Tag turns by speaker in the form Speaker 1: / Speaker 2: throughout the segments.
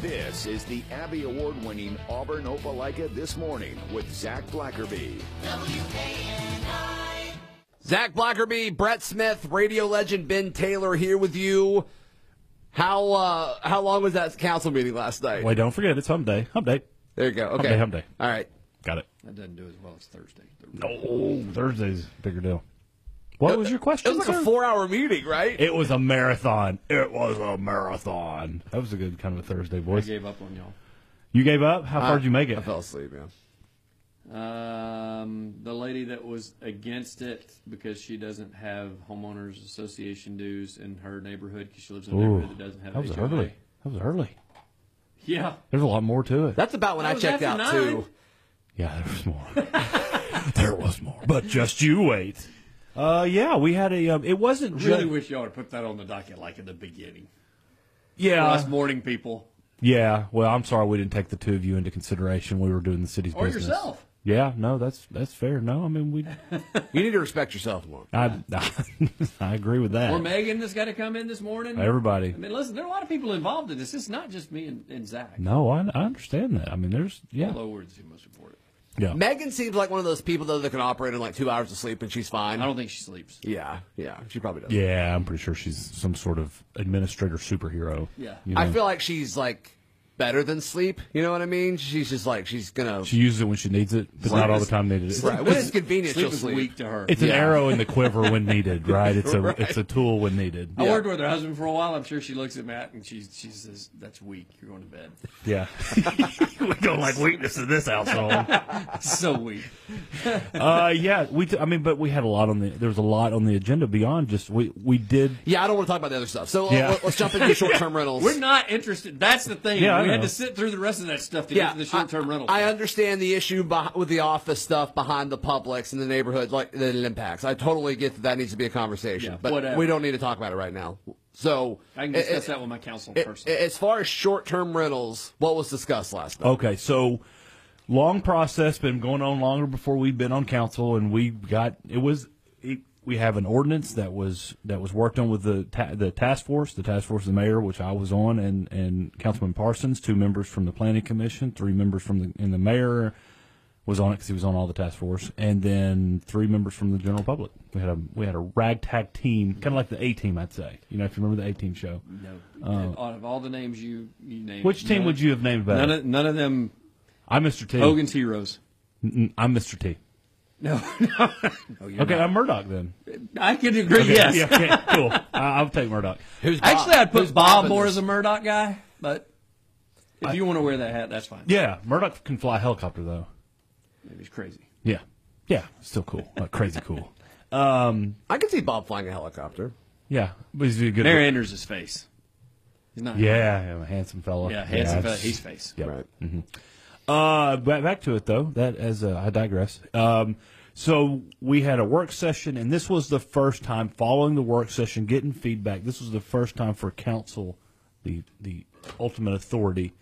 Speaker 1: This is the Abbey Award winning Auburn Opelika This Morning with Zach Blackerby.
Speaker 2: WKNI.
Speaker 3: Zach Blackerby, Brett Smith, radio legend Ben Taylor here with you. How uh, how long was that council meeting last night?
Speaker 4: Wait, don't forget it's hump day. Hump day.
Speaker 3: there you go. Okay,
Speaker 4: day, hump day.
Speaker 3: All right.
Speaker 4: Got it.
Speaker 5: That doesn't do as well as Thursday.
Speaker 4: Oh, Thursday's a bigger deal. What was your
Speaker 3: It
Speaker 4: question?
Speaker 3: was like
Speaker 4: sir?
Speaker 3: a four-hour meeting, right?
Speaker 4: It was a marathon. It was a marathon. That was a good kind of a Thursday
Speaker 5: I
Speaker 4: voice.
Speaker 5: gave up on y'all.
Speaker 4: You gave up? How far did you make it?
Speaker 3: I fell asleep, man.
Speaker 5: Um, the lady that was against it because she doesn't have homeowners association dues in her neighborhood because she lives in a
Speaker 4: Ooh,
Speaker 5: neighborhood that doesn't have
Speaker 4: that was
Speaker 5: HOA.
Speaker 4: early. That was early.
Speaker 5: Yeah.
Speaker 4: There's a lot more to it.
Speaker 3: That's about when
Speaker 5: That
Speaker 3: I
Speaker 5: was
Speaker 3: checked
Speaker 5: after
Speaker 3: out
Speaker 5: nine.
Speaker 3: too.
Speaker 4: Yeah, there was more. there was more. But just you wait. Uh, yeah, we had a. Um, it wasn't
Speaker 5: Really
Speaker 4: ju-
Speaker 5: wish y'all would put that on the docket like in the beginning.
Speaker 4: Yeah,
Speaker 5: Last morning, people.
Speaker 4: yeah. Well, I'm sorry we didn't take the two of you into consideration. when We were doing the city's
Speaker 5: Or
Speaker 4: business.
Speaker 5: yourself.
Speaker 4: Yeah, no, that's that's fair. No, I mean we.
Speaker 3: You need to respect yourself more.
Speaker 4: I I, I agree with that.
Speaker 5: Or Megan that's got to come in this morning.
Speaker 4: Everybody.
Speaker 5: I mean, listen, there are a lot of people involved in this. It's not just me and, and Zach.
Speaker 4: No, I, I understand that. I mean, there's yeah,
Speaker 5: Low words you must report it.
Speaker 4: yeah.
Speaker 3: Megan seems like one of those people though that can operate on like two hours of sleep and she's fine.
Speaker 5: I don't think she sleeps.
Speaker 3: yeah, yeah, she probably does.
Speaker 4: Yeah, I'm pretty sure she's some sort of administrator superhero.
Speaker 5: Yeah.
Speaker 4: you
Speaker 3: I
Speaker 4: know?
Speaker 3: feel like she's like better than sleep. You know what I mean? She's just like she's gonna.
Speaker 4: she uses it when she needs it, but not all the time needed. It's,
Speaker 3: right. When it's convenient,
Speaker 5: Sleep
Speaker 3: she'll
Speaker 5: is
Speaker 3: sleep.
Speaker 5: weak to her.
Speaker 4: it's an arrow in the quiver when needed, right? It's a it's a tool when needed.
Speaker 5: I worked with her husband for a while. I'm sure she looks at Matt and she she says, "That's weak. You're going to bed.
Speaker 4: Yeah, we don't like weakness in this household.
Speaker 5: so weak."
Speaker 4: Uh, yeah, we. T- I mean, but we had a lot on the. There was a lot on the agenda beyond just we. We did.
Speaker 3: Yeah, I don't want to talk about the other stuff. So uh,
Speaker 4: Yeah.
Speaker 3: let- let's jump into short-term rentals.
Speaker 5: We're not interested. That's the thing.
Speaker 4: Yeah, I
Speaker 5: we had
Speaker 4: know.
Speaker 5: to sit through the rest of that stuff to get to the
Speaker 3: I-
Speaker 5: short-term rental.
Speaker 3: I
Speaker 5: stuff.
Speaker 3: understand the issue beh with the office stuff behind the Publix and the neighborhood, like that it impacts. I totally get that that needs to be a conversation,
Speaker 5: Yeah,
Speaker 3: but
Speaker 5: whatever.
Speaker 3: we don't need to talk about it right now. So
Speaker 5: I can
Speaker 3: a-
Speaker 5: discuss
Speaker 3: a-
Speaker 5: that with my counsel
Speaker 3: a-
Speaker 5: person.
Speaker 3: as far as short-term rentals, what was discussed last night?
Speaker 4: Okay, so long process been going on longer before we've been on council, and we got it was it, we have an ordinance that was that was worked on with the ta- the task force, the task force of the mayor, which I was on, and and Councilman Parsons, two members from the planning commission, three members from the and the mayor was on it because he was on all the task force, and then three members from the general public. We had a we had a ragtag team, kind of like the A team, I'd say. You know, if you remember the A team show,
Speaker 5: no. Out of all the names you you named,
Speaker 4: Um, which team
Speaker 5: none-
Speaker 4: would you have named better?
Speaker 5: None of none of them.
Speaker 4: I'm Mr. T.
Speaker 5: Hogan's heroes.
Speaker 4: Mm, I'm Mr. T.
Speaker 5: No,
Speaker 4: Okay, I'm Murdoch then.
Speaker 5: I can agree. Yes.
Speaker 4: Yeah, okay, cool. I, I'll take Murdoch.
Speaker 3: Who's Bob?
Speaker 5: Actually, I'd
Speaker 3: Who's
Speaker 5: put Bob
Speaker 3: in
Speaker 5: more
Speaker 3: this?
Speaker 5: as a Murdoch guy, but if you want to wear that hat, that's fine.
Speaker 4: Yeah, Murdoch can fly a helicopter though.
Speaker 5: Maybe he's crazy.
Speaker 4: Yeah, yeah, still cool, like crazy cool.
Speaker 3: I could see Bob flying a helicopter.
Speaker 4: Yeah, but he's a good.
Speaker 5: Mayor Anders is face. He's not.
Speaker 4: yeah, yeah, a handsome fella.
Speaker 5: Yeah, handsome fella,
Speaker 4: it's-
Speaker 5: he's face.
Speaker 4: Yeah.
Speaker 3: Right.
Speaker 4: Uh, back, back to it though. That as uh, I digress. Um, so we had a work session, and this was the first time following the work session, getting feedback. This was the first time for council, the the ultimate authority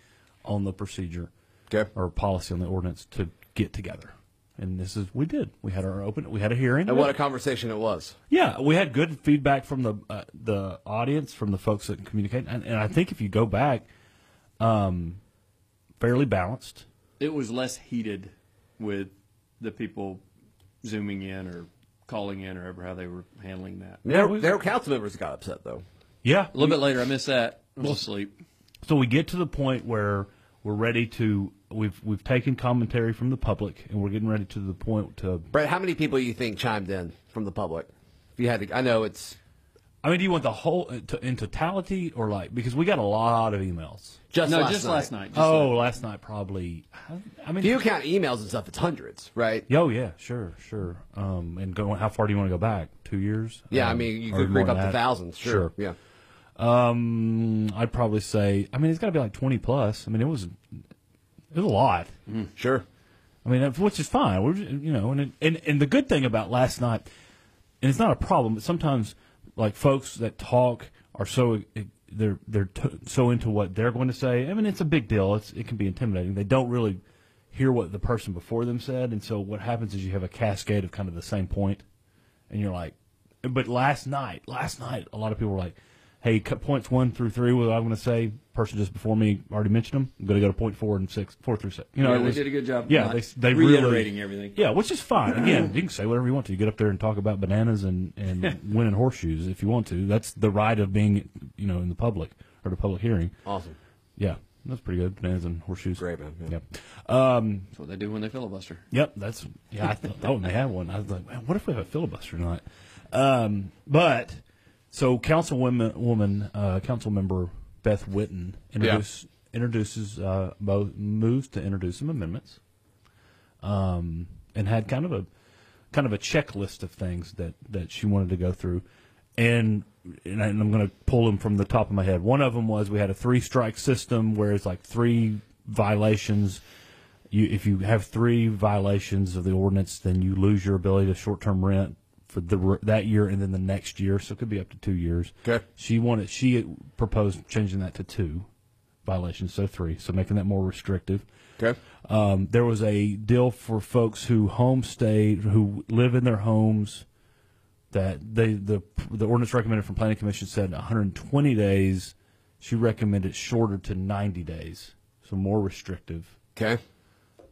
Speaker 4: on the procedure.
Speaker 3: Okay.
Speaker 4: or policy on the ordinance to get together. And this is we did. We had our open. We had a hearing.
Speaker 3: And what a conversation it was.
Speaker 4: yeah, we had good feedback from the uh, the audience, from the folks that communicate. And, and I think if you go back, um, fairly balanced.
Speaker 5: It was less heated with the people zooming in or calling in or ever how they were handling that. A
Speaker 3: Their, their council members got upset though.
Speaker 4: Yeah.
Speaker 5: little bit later, I missed that. I was asleep.
Speaker 4: So we get to the point where we're ready to. We've we've taken commentary from the public, and we're getting ready to the point to.
Speaker 3: Brett, how many people you think chimed in from the public? If you had to, I know it's
Speaker 4: I mean, do you want the whole uh, to, in totality, or like because we got a lot of emails.
Speaker 3: just
Speaker 5: no,
Speaker 3: last
Speaker 5: just
Speaker 3: night.
Speaker 5: last night. Just
Speaker 4: Oh, last night probably. I- I
Speaker 3: If
Speaker 4: mean,
Speaker 3: you count emails and stuff, it's hundreds, right?
Speaker 4: Yeah, Oh yeah, sure, sure. Um, and going, how far do you want to go back? Two years?
Speaker 3: Yeah, I
Speaker 4: Um,
Speaker 3: mean, you
Speaker 4: or
Speaker 3: could
Speaker 4: more
Speaker 3: creep
Speaker 4: than
Speaker 3: up to
Speaker 4: that?
Speaker 3: thousands. Sure. Yeah.
Speaker 4: Um, I'd probably say. I mean, it's got to be like twenty plus. I mean, it was, it was a lot.
Speaker 3: Sure.
Speaker 4: I mean, which is fine. We're ju- you know, and it, and and the good thing about last night, and it's not a problem. But sometimes, like folks that talk are so e, they're they're t- so into what they're going to say. I mean, it's a big deal. It's it can be intimidating. They don't really hear what the person before them said, and so what happens is you have a cascade of kind of the same point, and you're like, but last night, last night, a lot of people were like, hey, cut points one through three. What I'm going to say, person just before me already mentioned them. I'm going to go to point four and six, four through six. You know,
Speaker 5: Yeah,
Speaker 4: it
Speaker 5: they
Speaker 4: was-
Speaker 5: did a good job of
Speaker 4: Yeah,
Speaker 5: not
Speaker 4: they, they
Speaker 5: reiterating
Speaker 4: really,
Speaker 5: everything.
Speaker 4: Yeah, which is fine. Again, you can say whatever you want to. You get up there and talk about bananas and and winning horseshoes if you want to. That's the right of being, you know, in the public or the public hearing.
Speaker 3: Awesome.
Speaker 4: Yeah, that's pretty good. Bananas and horseshoes.
Speaker 3: Great, man. Yeah.
Speaker 4: Yep. Um,
Speaker 5: That's what they do when they filibuster.
Speaker 4: Yep, that's yeah. I thought that when they had one, I was like, man, what if we have a filibuster tonight? Um, but so councilwoman woman uh, council member Beth Witten introduce, introduces uh, both moves to introduce some amendments, um, and had kind of a kind of a checklist of things that that she wanted to go through, and. And I- and I'm going to pull them from the top of my head. One of them was we had a three strike system where it's like three violations you, if you have three violations of the ordinance, then you lose your ability to short-term rent for the r- that year and then the next year. So it could be up to two years.
Speaker 3: Okay.
Speaker 4: She wanted she proposed changing that to two violations, so three, so making that more restrictive.
Speaker 3: Okay.
Speaker 4: Um, there was a deal for folks who homestay who live in their homes that they the the ordinance recommended from planning commission said 120 days. She recommended shorter to 90 days, so more restrictive.
Speaker 3: Okay.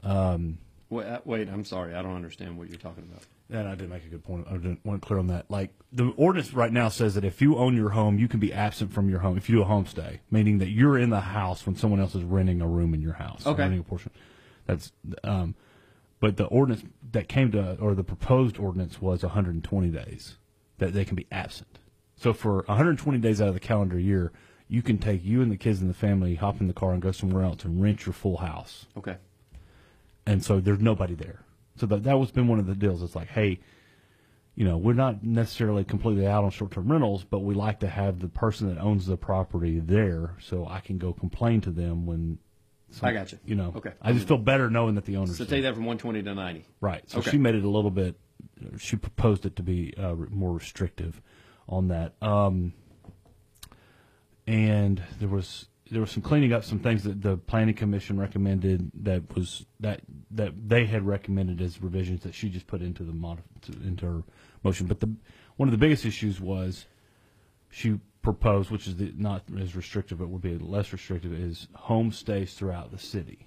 Speaker 5: Wait, uh, wait, I'm sorry, I don't understand what you're talking about.
Speaker 4: And I did make a good point. I didn't want to clear on that. Like the ordinance right now says that if you own your home, you can be absent from your home if you do a homestay, meaning that you're in the house when someone else is renting a room in your house. or
Speaker 5: Okay.
Speaker 4: renting a portion. That's um, but the ordinance that came to or the proposed ordinance was 120 days that they can be absent. So for 120 days out of the calendar year, you can take you and the kids and the family, hop in the car, and go somewhere else and rent your full house
Speaker 5: Okay.
Speaker 4: and so there's nobody there. So that that was been one of the deals. It's like, hey, you know, we're not necessarily completely out on short-term rentals, but we like to have the person that owns the property there, so I can go complain to them when. some-
Speaker 5: I got you.
Speaker 4: You know,
Speaker 5: Okay.
Speaker 4: I just feel better knowing that the owner's
Speaker 5: So
Speaker 4: there.
Speaker 5: take that from 120 to 90.
Speaker 4: Right. So
Speaker 5: Okay.
Speaker 4: she made it a little bit. She proposed it to be uh, re- more restrictive on that. Um, and there was there was some cleaning up some things that the planning commission recommended that was that that they had recommended as revisions that she just put into the mod, into her motion. But the one of the biggest issues was she proposed, which is the, not as restrictive, but would be less restrictive, is homestays throughout the city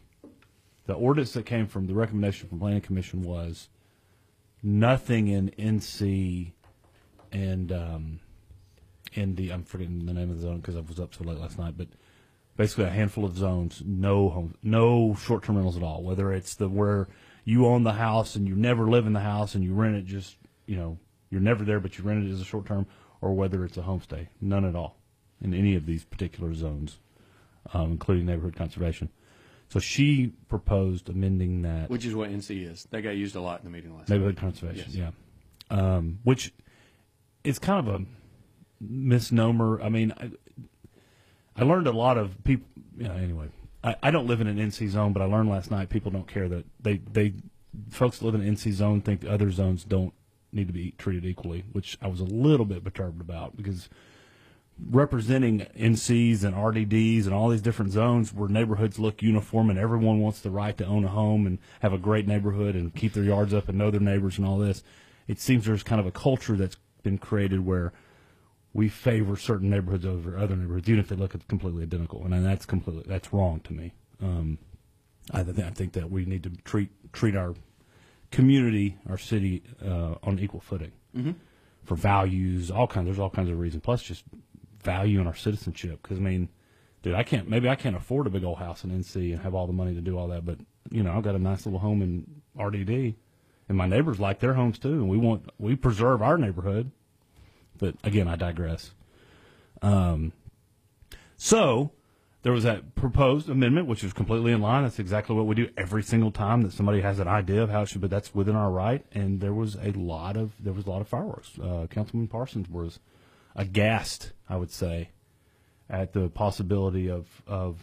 Speaker 4: the ordinance that came from the recommendation from planning commission was nothing in NC and um, in the I'm forgetting the name of the zone because I was up so late last night, but basically a handful of zones, no home, no short term rentals at all. Whether it's the where you own the house and you never live in the house and you rent it just you know you're never there but you rent it as a short term, or whether it's a homestay, none at all in any of these particular zones, um, including neighborhood conservation. So she proposed amending that
Speaker 5: Which is what NC is. That got used a lot in the meeting last
Speaker 4: neighborhood conservation.
Speaker 5: Yes.
Speaker 4: Yeah, um, which is kind of a misnomer. I mean, I, I learned a lot of people. You know, anyway, I, I don't live in an NC zone, but I learned last night people don't care that they they folks that live in an NC zone think the other zones don't need to be treated equally, which I was a little bit perturbed about because representing NCs and RDDs and all these different zones where neighborhoods look uniform and everyone wants the right to own a home and have a great neighborhood and keep their yards up and know their neighbors and all this. It seems there's kind of a culture that's been created where we favor certain neighborhoods over other neighborhoods, even if they look completely identical. And that's completely that's wrong to me. Um, I, th- I think that we need to treat treat our community, our city, uh, on equal footing for values, all kinds. There's all kinds of reasons. Plus, just value in our citizenship. Because I mean, dude, I can't. Maybe I can't afford a big old house in NC and have all the money to do all that. But you know, I've got a nice little home in RDD, and my neighbors like their homes too. And we want we preserve our neighborhood. But again, I digress. So there was that proposed amendment, which is completely in line. That's exactly what we do every single time that somebody has an idea of how it should, but that's within our right. And there was a lot of there was a lot of fireworks. Uh, Councilman Parsons was aghast, I would say, at the possibility of of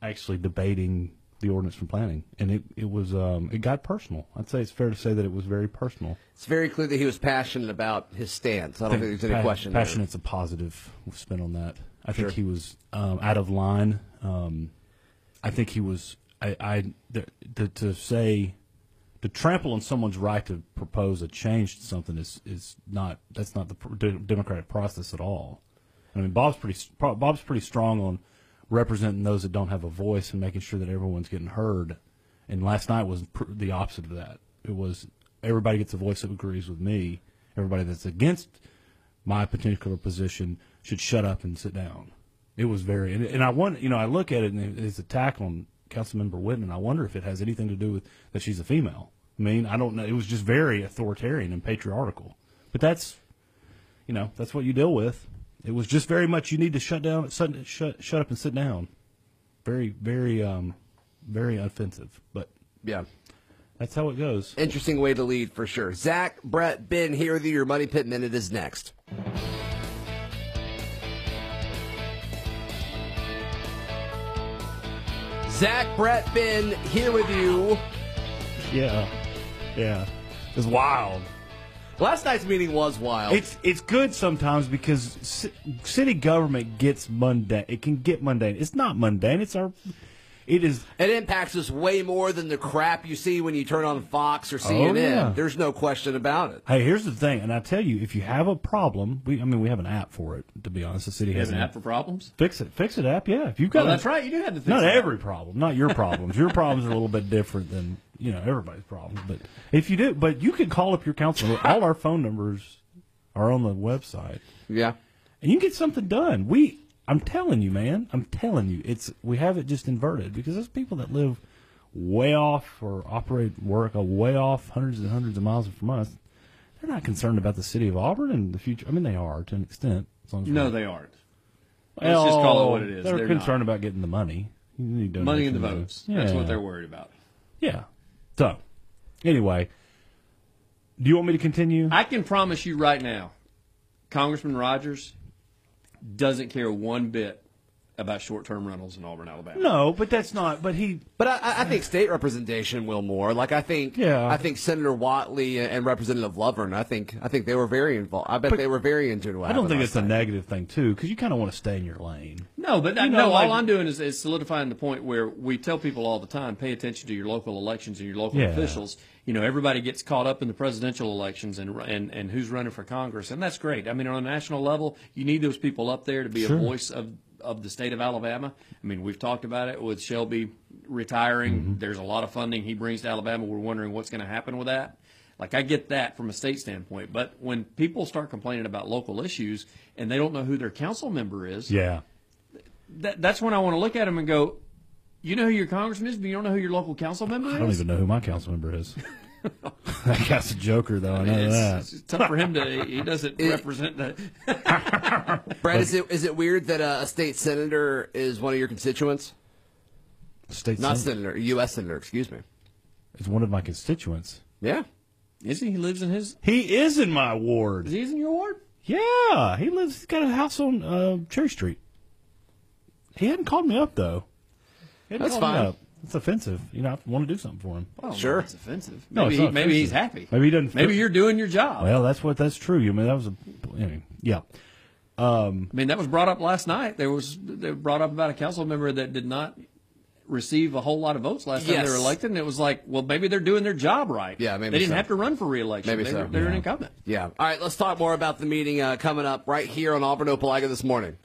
Speaker 4: actually debating the ordinance from planning, and it it was um, it got personal. I'd say it's fair to say that it was very personal.
Speaker 3: It's very clear that he was passionate about his stance. I don't think there's any
Speaker 4: Pa-
Speaker 3: question. there.
Speaker 4: Passionate's a positive spin on that. I think he was um, out of line. Um, I think he was. I, I the, to, to say to trample on someone's right to propose a change to something is is not that's not the pr- de- democratic process at all. I mean, Bob's pretty pro- Bob's pretty strong on representing those that don't have a voice and making sure that everyone's getting heard. And last night was pr- the opposite of that. It was everybody gets a voice that agrees with me. Everybody that's against my particular position should shut up and sit down. It was very, and, and I want you know I look at it and it's a attack on Councilmember Whitman. I wonder if it has anything to do with that she's a female. I mean, I don't know. It was just very authoritarian and patriarchal. But that's you know, that's what you deal with. It was just very much you need to shut down, shut, shut, shut up and sit down. Very, very, um, very offensive. But
Speaker 3: Yeah.
Speaker 4: that's how it goes.
Speaker 3: Interesting way to lead for sure. Zach, Brett, Ben here with you. Your Money Pit Minute is next. Zach, Brett, Ben here with you.
Speaker 4: Yeah, yeah, it's wild.
Speaker 3: Last night's meeting was wild.
Speaker 4: It's it's good sometimes because ci- city government gets mundane. It can get mundane. It's not mundane. It's our. It is
Speaker 3: It impacts us way more than the crap you see when you turn on Fox or CNN.
Speaker 4: Oh, yeah.
Speaker 3: There's no question about it.
Speaker 4: Hey, here's the thing, and I tell you, if you have a problem, we I mean we have an app for it. To be honest, the city
Speaker 5: You
Speaker 4: has
Speaker 5: have an app for problems?
Speaker 4: fix it, fix it app. Yeah, if you've got
Speaker 5: Oh,
Speaker 4: a-
Speaker 5: that's right. You do have to fix
Speaker 4: not
Speaker 5: it.
Speaker 4: every problem, not your problems. your problems are a little bit different than you know everybody's problems. But if you do, but you can call up your counselor. All our phone numbers are on the website,
Speaker 3: Yeah.
Speaker 4: and you can get something done. We, I'm telling you, man, I'm telling you, it's we have it just inverted because there's people that live way off or operate work a way off hundreds and hundreds of miles from us. They're not concerned about the city of Auburn and the future. I mean, they are to an extent. As long as
Speaker 5: No,
Speaker 4: we're-
Speaker 5: they aren't. Let's just call it what it is.
Speaker 4: They're,
Speaker 5: They're
Speaker 4: concerned
Speaker 5: not.
Speaker 4: about getting the money. You need
Speaker 5: Money in
Speaker 4: donations
Speaker 5: the
Speaker 4: to-
Speaker 5: votes. That's
Speaker 4: Yeah.
Speaker 5: what they're worried about.
Speaker 4: Yeah. So, anyway, do you want me to continue?
Speaker 5: I can promise you right now, Congressman Rogers doesn't care one bit about short-term rentals in Auburn, Alabama.
Speaker 4: no, but that's not. But he.
Speaker 3: But I- I, I think state representation will more. Like I think,
Speaker 4: Yeah.
Speaker 3: I think Senator Watley and Representative Lovern. I think, I think they were very involved. I bet
Speaker 4: But-
Speaker 3: they were very into it.
Speaker 4: I don't think it's a negative thing too, because you kind of want to stay in your lane.
Speaker 5: No, but I,
Speaker 4: know,
Speaker 5: no.
Speaker 4: like-
Speaker 5: all I'm doing is, is solidifying the point where we tell people all the time: pay attention to your local elections and your local
Speaker 4: Yeah.
Speaker 5: officials. You know, everybody gets caught up in the presidential elections and and and who's running for Congress, and that's great. I mean, on a national level, you need those people up there to be
Speaker 4: Sure.
Speaker 5: a voice of of the state of Alabama. I mean, we've talked about it with Shelby retiring. There's a lot of funding he brings to Alabama. We're wondering what's going to happen with that. Like I get that from a state standpoint, but when people start complaining about local issues and they don't know who their council member is,
Speaker 4: Yeah.
Speaker 5: that, that's when I want to look at them and go, you know who your congressman is, but you don't know who your local council member is.
Speaker 4: I don't even know who my council member is. that guy's a joker, though. I know
Speaker 5: It's,
Speaker 4: that.
Speaker 5: it's tough for him to. He doesn't represent the.
Speaker 3: Brad, is it is it weird that uh, a state senator is one of your constituents?
Speaker 4: State
Speaker 3: Not
Speaker 4: sen-
Speaker 3: senator, U.S. senator. Excuse me.
Speaker 4: it's one of my constituents.
Speaker 3: Yeah.
Speaker 5: Is he? He lives in his.
Speaker 4: He is in my ward.
Speaker 5: He's in your ward.
Speaker 4: Yeah, he lives. He's got a house on uh, Cherry Street. He hadn't called me up though. He hadn't
Speaker 3: That's
Speaker 4: called me
Speaker 3: fine.
Speaker 4: up. It's offensive. You know, I want to do something for him.
Speaker 5: Oh,
Speaker 3: Sure.
Speaker 5: It's offensive. Maybe,
Speaker 4: No, it's
Speaker 5: he,
Speaker 4: not
Speaker 5: maybe he's
Speaker 4: offensive.
Speaker 5: happy.
Speaker 4: Maybe he doesn't
Speaker 5: Maybe
Speaker 4: feel-
Speaker 5: you're doing your job.
Speaker 4: Well, that's what that's true. I mean, that was a anyway, yeah.
Speaker 5: I mean, that was brought up last night. There was they brought up about a council member that did not receive a whole lot of votes last time they
Speaker 3: Yes.
Speaker 5: were elected, and it was like, well, maybe they're doing their job right.
Speaker 3: Yeah, maybe
Speaker 5: they didn't
Speaker 3: so.
Speaker 5: have to run for reelection.
Speaker 3: Maybe
Speaker 5: they,
Speaker 3: so,
Speaker 5: They're an
Speaker 4: yeah.
Speaker 5: incumbent.
Speaker 3: Yeah. All right. Let's talk more about the meeting uh, coming up right here on Auburn Opelika this morning.